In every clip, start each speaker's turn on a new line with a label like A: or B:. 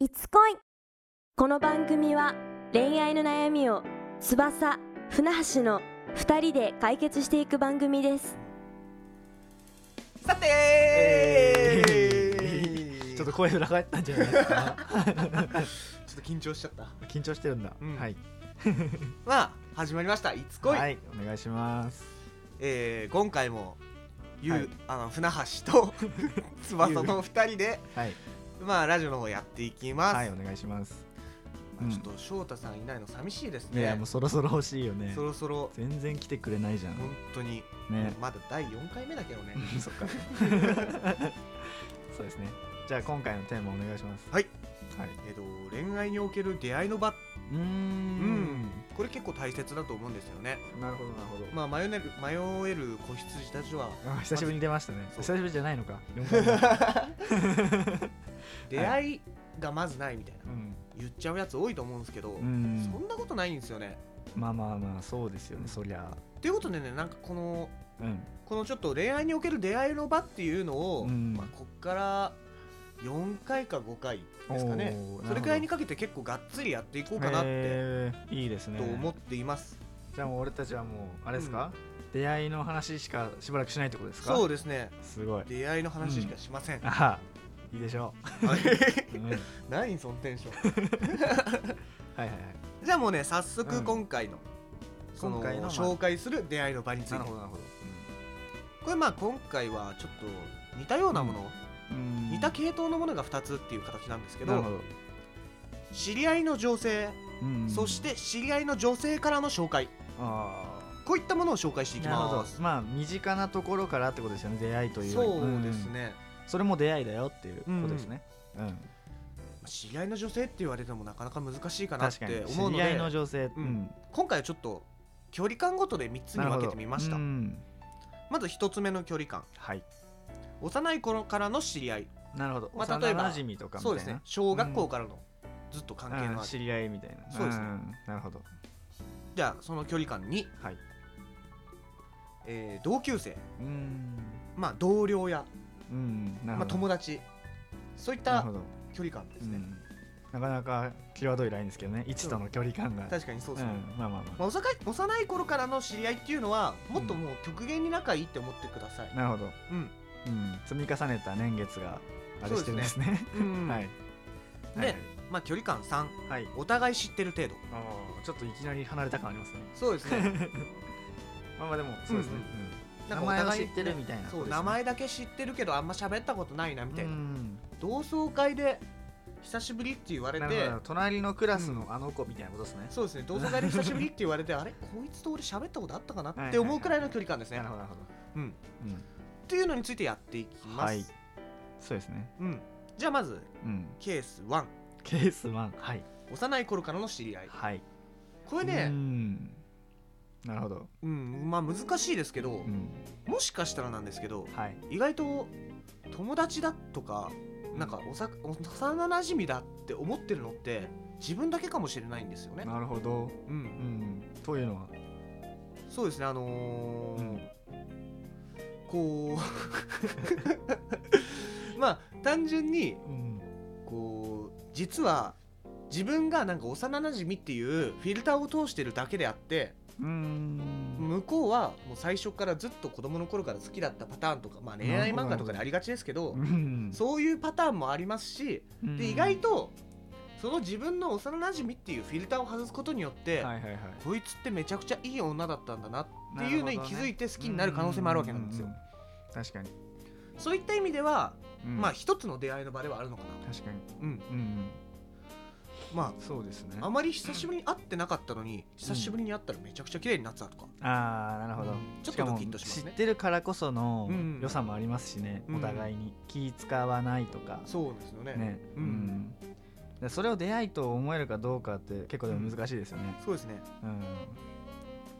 A: いつ恋この番組は恋愛の悩みを翼船橋の2人で解決していく番組です
B: さて、
C: えーちょっと
B: ちょ
C: 声裏返ったんじゃない ですか
B: っと緊張しちゃった
C: 緊張してるんだ、
B: うん
C: はい、
B: まあ始まりました「いつこい」
C: はい、お願いします
B: えー今回もゆう、
C: はい
B: あの船橋 と翼の2人で
C: はい、
B: まあラジオの方やっていきます、
C: はい、お願いします
B: まあ
C: うん
B: ちょっと翔太さんいないの寂しいです
C: い
B: ね
C: やもうそろそろ欲しいよね
B: そろそろ
C: 全然来てくれないじゃん
B: 本当に、
C: ね
B: まだ第4回目だけどね
C: そっかそうですねじゃあ今回のテーマお願いします
B: はい、
C: はい、
B: えっと恋愛における出会いの場
C: うーん
B: これ結構大切だと思うんですよね
C: なるほどなるほど、
B: まあ迷える迷える子羊たちは
C: あ久しぶりに出ましたね
B: そう
C: 久しぶりじゃないのか四回目
B: 出会いがまずないみたいな
C: うん、
B: 言っちゃうやつ多いと思うんですけど、
C: うん
B: そんなことないんですよね。
C: まあまあまあそうですよねそりゃ
B: ということでねなんかこの
C: うん
B: このちょっと恋愛における出会いの場っていうのを、
C: うん
B: まあ、こっから4回か5回ですかね
C: おー
B: それくらい
C: なるほど
B: にかけて結構がっつりやっていこうかなって
C: へーいいですね
B: と思っています。
C: じゃあもう俺たちはもうあれですか、出会いの話しかしばらくしないってことですか
B: そう
C: う
B: ですね
C: すごい
B: 出会いの話しかしません。
C: あは、いいでしょ
B: はい
C: う、うん、はい
B: 何そのテンション。
C: はいはい
B: じゃあもうね早速今回の、その
C: 今回のまあ
B: 紹介する出会いの場について
C: なる
B: こ
C: ほどなるほど、
B: れまあ今回はちょっと似たようなもの、
C: うん、
B: 似た系統のものが2つっていう形なんですけ
C: なるほ
B: ど
C: ど、
B: 知り合いの女性、
C: うん
B: そして知り合いの女性からの紹介
C: あ
B: こういったものを紹介してい
C: ー
B: き
C: なるほ
B: ま
C: ど
B: す
C: まあ身近なところからってことですよね出会いというより
B: そうです
C: うん
B: ね、
C: それも出会いだよっていうことですね、うん
B: 知り合いの女性って言われてもなかなか難しいかなって
C: 確かに
B: 思うの
C: 知り合い
B: で
C: の女性、
B: うん今回はちょっと距離感ごとで3つに分けてみました、
C: なるほどうん
B: まず1つ目の距離感
C: はい
B: 幼い頃からの知り合い
C: なるほど、
B: まあ例えば
C: 幼馴染とかみたいな
B: そうですね小学校からのずっと関係
C: う
B: の
C: ん
B: ある、
C: 知り合いみたいな
B: そうですね
C: んなるほど
B: じゃあその距離感に、
C: はい
B: えー同級生
C: うん
B: まあ同僚や、
C: うんな
B: まあ、
C: るほど、
B: 友達そういっ
C: な
B: た
C: るほど
B: 距離感です
C: う
B: ね、
C: んなかなか際どいラインですけどね一との距離感が
B: 確かにそうですね、
C: うんまあまあま
B: まあ、幼い幼い頃からの知り合いっていうのはもっともう極限に仲いいって思ってください
C: あ、なるほど、
B: うん
C: うん、積み重ねた年月があれしてるんですね
B: うん
C: はい
B: で、まあ、距離感3
C: はい、はい、
B: お互い知ってる程度
C: あーちょっといきなり離れた感ありますね
B: そうです ね
C: まあまあでもそうですね、
B: うん
C: うん名前は知ってるみたいな
B: そう
C: ことですね
B: 名前だけ知ってるけどあんま喋ったことないなみたいな、
C: うん
B: 同窓会で久しぶりって言われ
C: なる
B: て
C: ほど隣のクラスのあの子みたいなことですね、
B: そうですね同窓会で久しぶりって言われて あれこいつと俺喋ったことあったかな
C: はい
B: っ
C: は
B: て
C: いはい
B: 思うくらいの距離感ですね、
C: なるほどなるほど
B: うん、
C: うん
B: っていうのについてやっていきます、
C: はいそうですね
B: うん、じゃあまず
C: うん
B: ケース1
C: ケース1はい
B: 幼い頃からの知り合い
C: はい
B: これ
C: う
B: ね
C: んなるほど、
B: うん、まあ難しいですけど、
C: うん、
B: もしかしたらなんですけど
C: はい
B: 意外と友達だとかなんかおさ幼なじみだって思ってるのって自分だけかもしれないんですよね。
C: なるほど、
B: う、
C: うんん、というのは、
B: そうですねあのー
C: うん
B: こう まあ単純に
C: うん、
B: こう実は自分がなんか幼なじみっていうフィルターを通してるだけであって
C: うん、
B: 向こうはもう最初からずっと子供の頃から好きだったパターンとか、まあ、恋愛漫画とかでありがちですけど
C: うん
B: そういうパターンもありますし
C: うん
B: で意外とその自分の幼なじみっていうフィルターを外すことによって、
C: はいはいはい、
B: こいつってめちゃくちゃいい女だったんだなっていうのに気づいて好きになる可能性もあるわけなんですよ。
C: うううん確かに、
B: そういった意味では、
C: うん
B: まあ一つの出会いの場ではあるのかな
C: 確かに、
B: と、うん、
C: うん、
B: ま
C: そうですね
B: ああまり久しぶりに会ってなかったのに久しぶりに会ったらめちゃくちゃ綺麗になってたとか、
C: あーなるほど、
B: ちょっ
C: か
B: とド
C: も
B: キッとします
C: 知っ
B: ね。
C: てるからこその
B: うん
C: 良さもありますしね、
B: うん
C: お互いに気使わないとか、
B: そうですよね
C: ね、
B: うん
C: うんでそれを出会いと思えるかどうかって結構でも難しいですよね、
B: そうですね
C: うん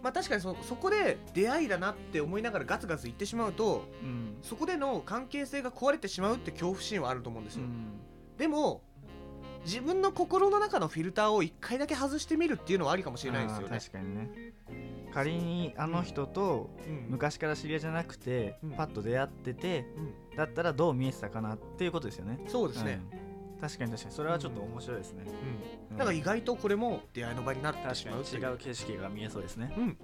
B: まあ確かにそそこで出会いだなって思いながらガツガツ言ってしまうと
C: うん
B: そこでの関係性が壊れてしまうって恐怖心はあると思うんです
C: う
B: よ、
C: ん
B: でも自分の心の中のフィルターを1回だけ外してみるっていうのはありかもしれないですよ
C: あ
B: ね
C: ー。確かにね仮にあの人と
B: うん
C: 昔から知り合いじゃなくて、
B: うん
C: パッと出会ってて
B: うん
C: だったらどう見えてたかなっていうことですよね
B: そうですね、
C: うん確かに確かにそれはちょっと面白いですね、う
B: だから意外とこれも出会いの場になって
C: 確
B: し
C: か
B: まうとい
C: に違う景色が見えそうですね
B: うん、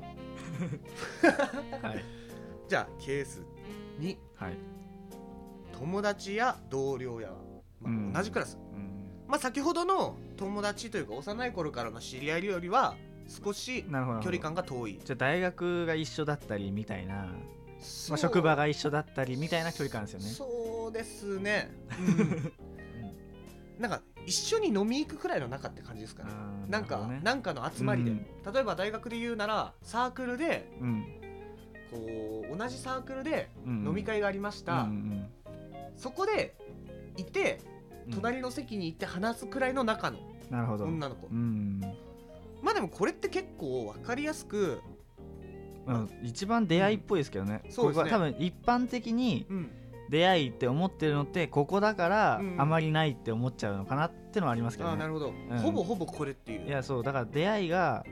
C: はい
B: じゃあケース2
C: はい、
B: 友達や同僚や、まあ
C: うん
B: 同じクラス、
C: うん
B: まあ、先ほどの友達というか幼い頃からの知り合いよりは少し
C: なるほどなるほど
B: 距離感が遠い、
C: じゃあ大学が一緒だったりみたいな、
B: そ
C: ま
B: う
C: あ、職場が一緒だったりみたいな距離感ですよね
B: そうですね、
C: うん
B: なんか一緒に飲み行くくらいの仲って感じですかね
C: あー
B: なんか
C: るほどね
B: なんかの集まりで、
C: うん
B: 例えば大学で言うならサークルで
C: うん
B: こう同じサークルで
C: うん
B: 飲み会がありました、
C: うん
B: そこでいて
C: うん
B: 隣の席に行って話すくらいの中の
C: なるほど
B: 女の子、
C: うん、
B: まあでもこれって結構分かりやすく、
C: うん、一番出会いっぽいですけどね、
B: そうですね
C: ここが多分一般的に
B: うん、
C: 出会いって思ってるのってここだから
B: うん
C: あまりないって思っちゃうのかなってのはありますけ
B: あ
C: ど
B: あな
C: ね、
B: るほど、
C: ん
B: ほぼほぼこれっていう
C: いやそうだから出会いが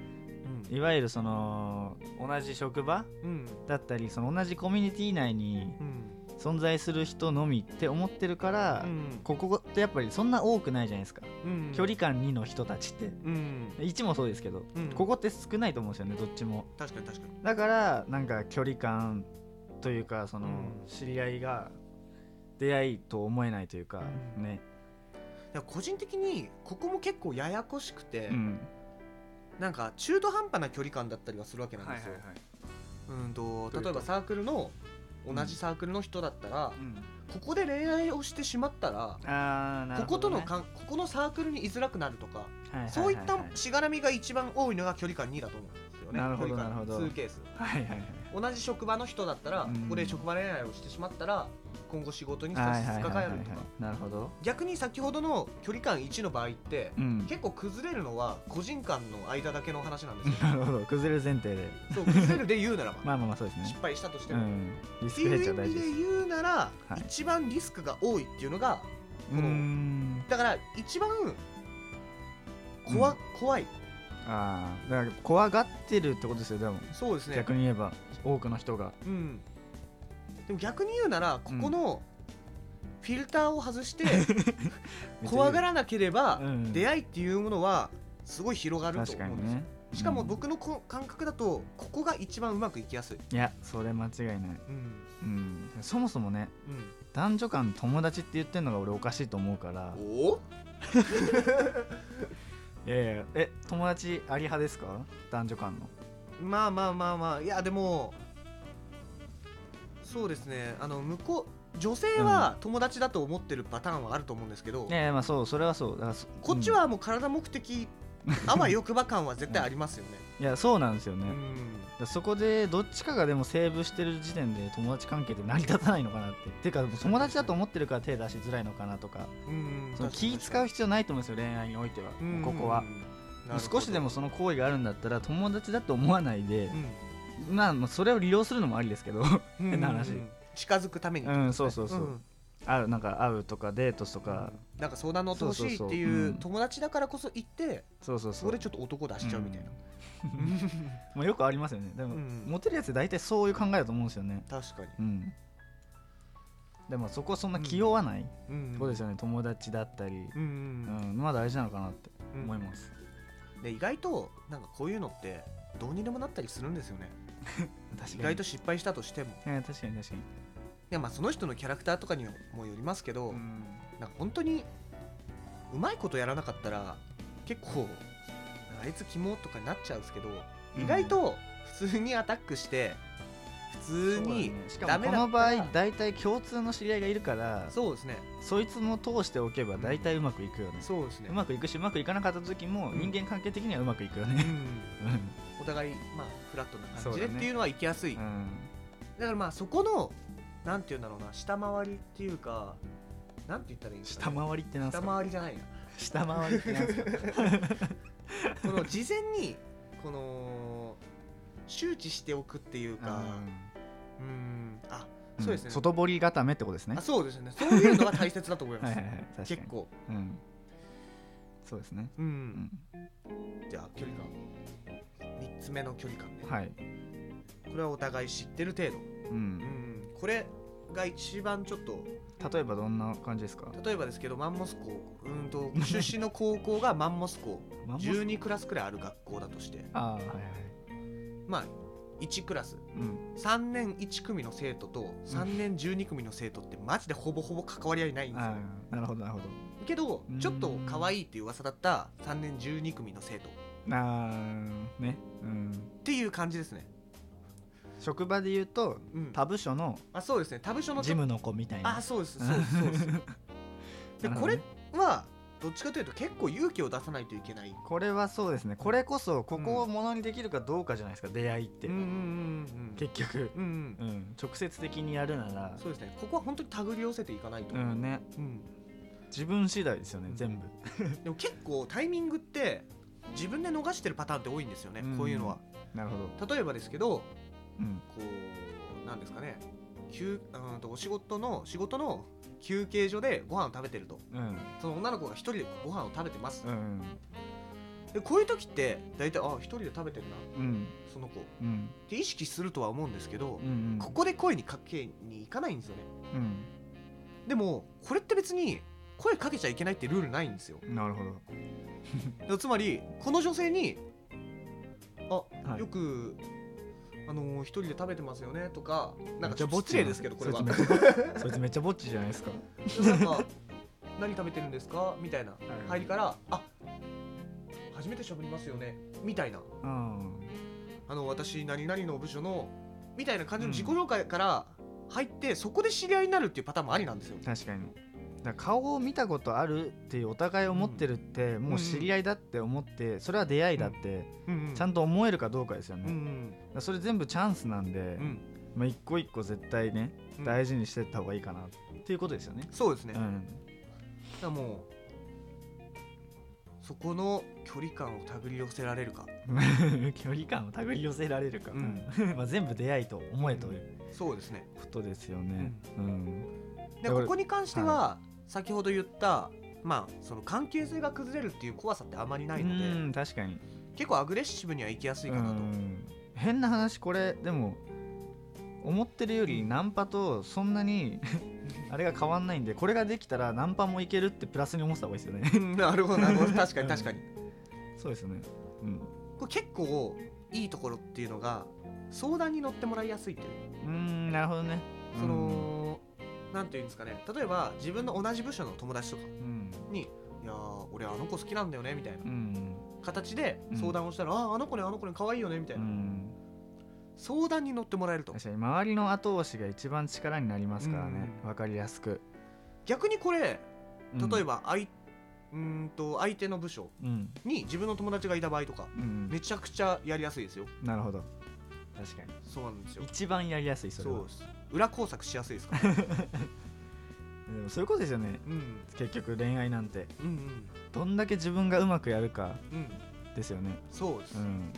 B: うん
C: いわゆるその同じ職場
B: うん
C: だったりその同じコミュニティ内に
B: うん
C: 存在する人のみって思ってるから、
B: うん
C: ここってやっぱりそんな多くないじゃないですか、
B: うん
C: 距離感2の人たちって
B: うん
C: 1もそうですけど、
B: うん
C: ここって少ないと思うんですよねどっちも
B: 確かに確かに
C: だからなんか距離感というかその
B: うん
C: 知り合いが出会いと思えないというか
B: うん
C: ね、
B: いや個人的にここも結構ややこしくて、
C: うん、
B: なんか中途半端な距離感だったりはするわけなんですよ、うんと
C: というと
B: 例えばサークルの
C: うん
B: 同じサークルの人だったら、ここで恋愛をしてしまったら、
C: ああなる
B: こ
C: ほ
B: こと
C: ど、
B: の
C: ね、
B: かんここのサークルに居づらくなるとか、
C: はははは
B: そういったしがらみが一番多いのが距離感2だと思うんですよね
C: なるほど
B: 距離
C: な
B: 感
C: るほど
B: 数ケース
C: はいはいはい
B: 同じ職場の人だったら、
C: うん
B: ここで職場恋愛をしてしまったら今後仕事に差
C: は
B: し
C: い
B: 支
C: はい
B: え
C: はい
B: か
C: は
B: か
C: い
B: る
C: は
B: とか
C: いなるほど、
B: 逆に先ほどの距離感1の場合って、
C: うん、
B: 結構崩れるのは個人間の間だけの話なんですよ
C: なるほど崩れる前提で
B: そう崩れるで言う ならば、
C: まあまあまあそうですね
B: 失敗したとして
C: う
B: も、
C: ん、リ
B: っ
C: ス
B: て
C: クヘ
B: い
C: ッジ
B: う
C: は
B: 意
C: 大
B: 味
C: 事
B: で
C: です
B: 言うなら、
C: はい
B: 一番リスクが多いっていうのが
C: うーん
B: だから一番怖,、
C: うん
B: 怖い
C: ああだから怖がってるってことですよでも、
B: そうですね
C: 逆に言えば多くの人が
B: うん、でも逆に言うならここのフィルターを外して、怖が
C: ら
B: らなければ、
C: うん
B: 出会いっていうものはすごい広がると
C: 確
B: 思う
C: か
B: ん
C: に
B: ですよ、
C: ね
B: しかも
C: うん
B: 僕のこ感覚だとここが一番うまくいきやすい、
C: いやそれ間違いない、
B: うん
C: うん、そもそもね
B: うん、
C: 男女間友達って言ってるのが俺おかしいと思うから
B: お
C: いやいやえ友達あり派ですか男女間の
B: まあまあまあまあいやでもそうですねあの向こう女性は友達だと思ってるパターンはあると思うんですけど、
C: いやいやまあそうそれはそうだからそ
B: こっち、はもう体目的、あわ欲場感は絶対あります よね。
C: うんいやそうなんですよね、
B: う
C: だか
B: ん
C: らそこでどっちかがでもセーブしてる時点で友達関係って成り立たないのかなってっていうか友達だと思ってるから手出しづらいのかなとか
B: うん
C: その気使う必要ないと思うんですよ恋愛においては、
B: うん
C: ここは
B: う、んな
C: もう
B: るほど
C: 少しでもその行為があるんだったら友達だと思わないで
B: う、ん
C: まあまあそれを利用するのもありですけど 変な話
B: うん近づくために、
C: うんそうそうそう、
B: ん
C: 会うなんか会うとかデートとか、
B: なんか相談乗ってほしいっ
C: そう
B: て
C: そうそう
B: いううん友達だからこそ行って
C: そうそう
B: そ
C: そう
B: こでちょっと男出しちゃうみたいな、
C: うんまあ、よくありますよねでも、
B: うん
C: モテるやつって大体そういう考えだと思うんですよね
B: 確かに、
C: うんでもそこそんな気負わない、
B: うん
C: そうですよね友達だったり、
B: うん
C: う
B: うん
C: んまだ大事なのかなって
B: うん
C: 思います、
B: で意外となんかこういうのってどうにでもなったりするんですよね
C: 確
B: 意
C: か
B: 外
C: に
B: と失敗したとしてもい
C: えー確かに確かに、
B: やまあその人のキャラクターとかにもよりますけど、
C: うん
B: なんか本当にうまいことやらなかったら結構あいつ肝とかになっちゃうんですけど、
C: うん
B: 意外と普通にアタックして普通
C: そうだ
B: に
C: ねしか
B: ダ
C: も
B: メ
C: こ
B: だ
C: の
B: った
C: 場
B: ら
C: 合大体共通の知り合いがいるから
B: そうですね
C: そいつも通しておけば大体うまくいくよね、
B: そうですね
C: うまくいくしうまくいかなかった時も
B: うん
C: 人間関係的にはうまくいくよ
B: う
C: ね、
B: ん
C: うん
B: お互いまあフラットな感じで
C: そうだ
B: っ
C: ね
B: ていうのは行きやすいだ,、からまあそこのなんて言うんだろうな下回りっていうかなんて言ったらいいんですか
C: 下
B: ね、
C: 回りってなんす
B: 下
C: か
B: 回りじゃないな
C: 下回りってなんすか
B: この事前にこの周知しておくっていうかうんあそうですね、
C: ん外堀固めってことですね
B: あそうですねそういうのが大切だと思いま
C: はい
B: す
C: はいはい確かに
B: 結構
C: うんそうですね、
B: うん、
C: うん、
B: じゃあ距離感3つ目の距離感ね、
C: はい
B: これはお互い知ってる程度
C: う
B: うんんこれが一番ちょっと
C: 例えばどんな感じですか
B: 例えばですけどマンモス校うんと出身の高校がマンモス校
C: マンモス
B: 12クラスくらいある学校だとして
C: ああはいはい
B: まあ1クラス
C: うん
B: 3年1組の生徒と3年12組の生徒ってマジでほぼほぼ関わり合いないんですよ
C: ああなるほどなるほど
B: けど
C: うん
B: ちょっと可愛いっていう噂だった3年12組の生徒っ
C: ああねうん
B: ていう感じですね
C: 職場で言うと
B: うん
C: 他部署の
B: あそうですね他部署の
C: ジムの子みたいな
B: あそうですそうですそうです で
C: なる
B: こ
C: ほど
B: れ
C: ね
B: はどっちかというと結構勇気を出さないといけない
C: これはそうですねこれこそここをものにできるかどうかじゃないですか、出会いって、
B: うんうんうん
C: 結局、
B: うんうん
C: う、ん、直接的にやるなら
B: そうですねここは本当に手繰り寄せていかないと、
C: うんね
B: うん
C: 自分次第ですよね、
B: うん
C: 全部
B: でも結構タイミングって自分で逃してるパターンって多いんですよね、
C: うん
B: こういうのは
C: なるほど、
B: 例えばですけど
C: うん、
B: こうなんですかね休うーんとお仕事の仕事の休憩所でご飯を食べてると
C: うん
B: その女の子が一人でご飯を食べてます、
C: うん
B: でこういう時って大体あ一人で食べてるな
C: うん
B: その子っ
C: うん
B: て意識するとは思うんですけど、
C: うん
B: ここで声にかけに行かないんですよね
C: うん
B: でもこれって別に声かけちゃいけないってルールないんですよ
C: なるほど
B: つまりこの女性に「あ、
C: はい
B: よく、あのー一人で食べてますよね」とかなんかちょっと
C: ぼっち
B: 失礼ですけどこれは
C: そいつめっちゃぼっちそいつめっちゃぼっちじゃないですか
B: なんか「 何食べてるんですか?」みたいな入りから「あ初めてしゃべりますよね」みたいな
C: うん
B: 「あの私何々の部署の」みたいな感じの自己紹介から入って、そこで知り合いになるっていうパターンもありなんですよ。
C: 確かにだから顔を見たことあるっていうお互い思ってるって、もう知り合いだって思ってそれは出会いだって、
B: うん
C: ちゃんと思えるかどうかですよね、
B: うんう
C: だ
B: ん
C: からそれ全部チャンスなんで、
B: うん
C: まあ、一個一個絶対ね
B: うん
C: 大事にしてった方がいいかなっていうことですよね。
B: そうですね、
C: う
B: だか
C: ん、
B: らもうそこの距離感を手繰り寄せられるか
C: 距離感を手繰り寄せられるか、
B: うん
C: まあ全部出会いと思えという
B: そうですね
C: ことですよね。うん
B: で
C: だか
B: こ
C: ら
B: こに関しては、先ほど言ったまあその関係性が崩れるっていう怖さってあまりないので、
C: うん確かに
B: 結構アグレッシブには行きやすいか
C: う
B: なと、
C: ん変な話これでも思ってるよりナンパとそんなに あれが変わんないんでこれができたらナンパもいけるってプラスに思ってた方がいいですよね。
B: うん なるほどなるほど確かに確かに
C: そうですよね。うん
B: これ結構いいところっていうのが相談に乗ってもらいやすいっていう
C: うんなるほどね。
B: その、なんていうんですかね例えば自分の同じ部署の友達とか
C: うん
B: に「いやー俺あの子好きなんだよね」みたいな
C: うん
B: 形で相談をしたら「あーあの子ねあの子ね可愛いよね」みたいうな、
C: ん
B: 相談に乗ってもらえると
C: 確かに周りの後押しが一番力になりますからね
B: うん
C: わかりやすく
B: 逆にこれ
C: うん
B: 例えば相うーんと相手の部署
C: うん
B: に自分の友達がいた場合とか
C: うん
B: めちゃくちゃやりやすいですよ
C: なるほど確か
B: そうなんですよ
C: に一番やりやすいそれは
B: そうです裏工作しやすいですから、
C: でもそういうことですよね
B: うん、
C: 結局恋愛なんて
B: うんうん
C: どんだけ自分がうまくやるか
B: うん
C: ですよね
B: そうです、
C: うん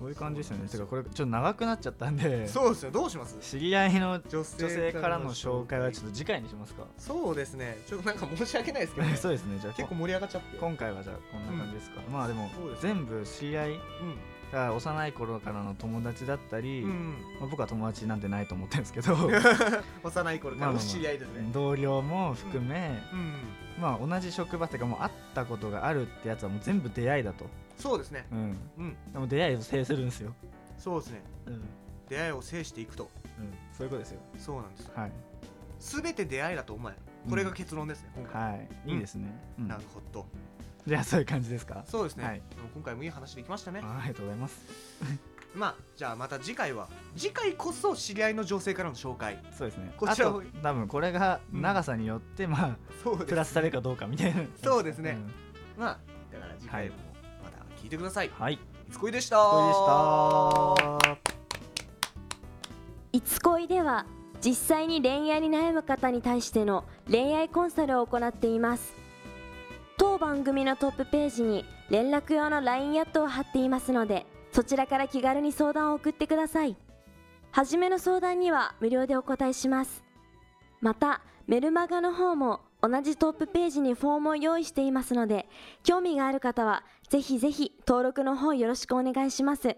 C: そういう感じですよね
B: そ
C: て
B: うな
C: か
B: んですよ
C: これちょっと長くなっちゃったんで
B: そうですよどうします
C: 知り合いの
B: 女
C: 女性からの紹介はちょ
B: と
C: っと次回にしますか、
B: そうですねちょっとなんか申し訳ないですけど、ね
C: そうですねじゃあ
B: 結構盛り上がっちゃって
C: 今回はじゃあこんな感じですかまあでも
B: そうですね
C: 全部知り合いだから幼い頃からの友達だったり、
B: うん、うん、
C: まあ、僕は友達なんてないと思ってるんですけど
B: 幼い頃からの知り合いですね、
C: 同僚も含め、
B: うん
C: まあ、同じ職場っていうかもう会ったことがあるってやつはもう全部出会いだと、
B: そうですね
C: うん、
B: うん
C: でも出会いを制するんですよ、
B: そうですね
C: うんうん、
B: 出会いを制していくと
C: そういうことですよ
B: そうなんです
C: はい、
B: 全て出会いだと思えこれが結論ですね、今回、
C: はい、いいですね、うん
B: なるほど
C: じゃあそういう感じですか
B: そうですね、
C: はい
B: 今回もいい話できましたね
C: あありがとうございます
B: まあじゃあまた次回は次回こそ知り合いの女性からの紹介
C: そうですね
B: こちら
C: あ
B: も
C: と多分これが長さによって、まあ
B: そうです
C: プラスされるかどうかみたいな
B: そうですね
C: ん
B: まあだから次回もまた聞いてください、い、
C: はい
B: つこいでした
C: これでした
A: いつ恋では実際に恋愛に悩む方に対しての恋愛コンサルを行っています当番組のトップページに連絡用の LINE アットを貼っていますのでそちらから気軽に相談を送ってください初めの相談には無料でお答えしますまたメルマガの方も同じトップページにフォームを用意していますので興味がある方はぜひぜひ登録の方よろしくお願いします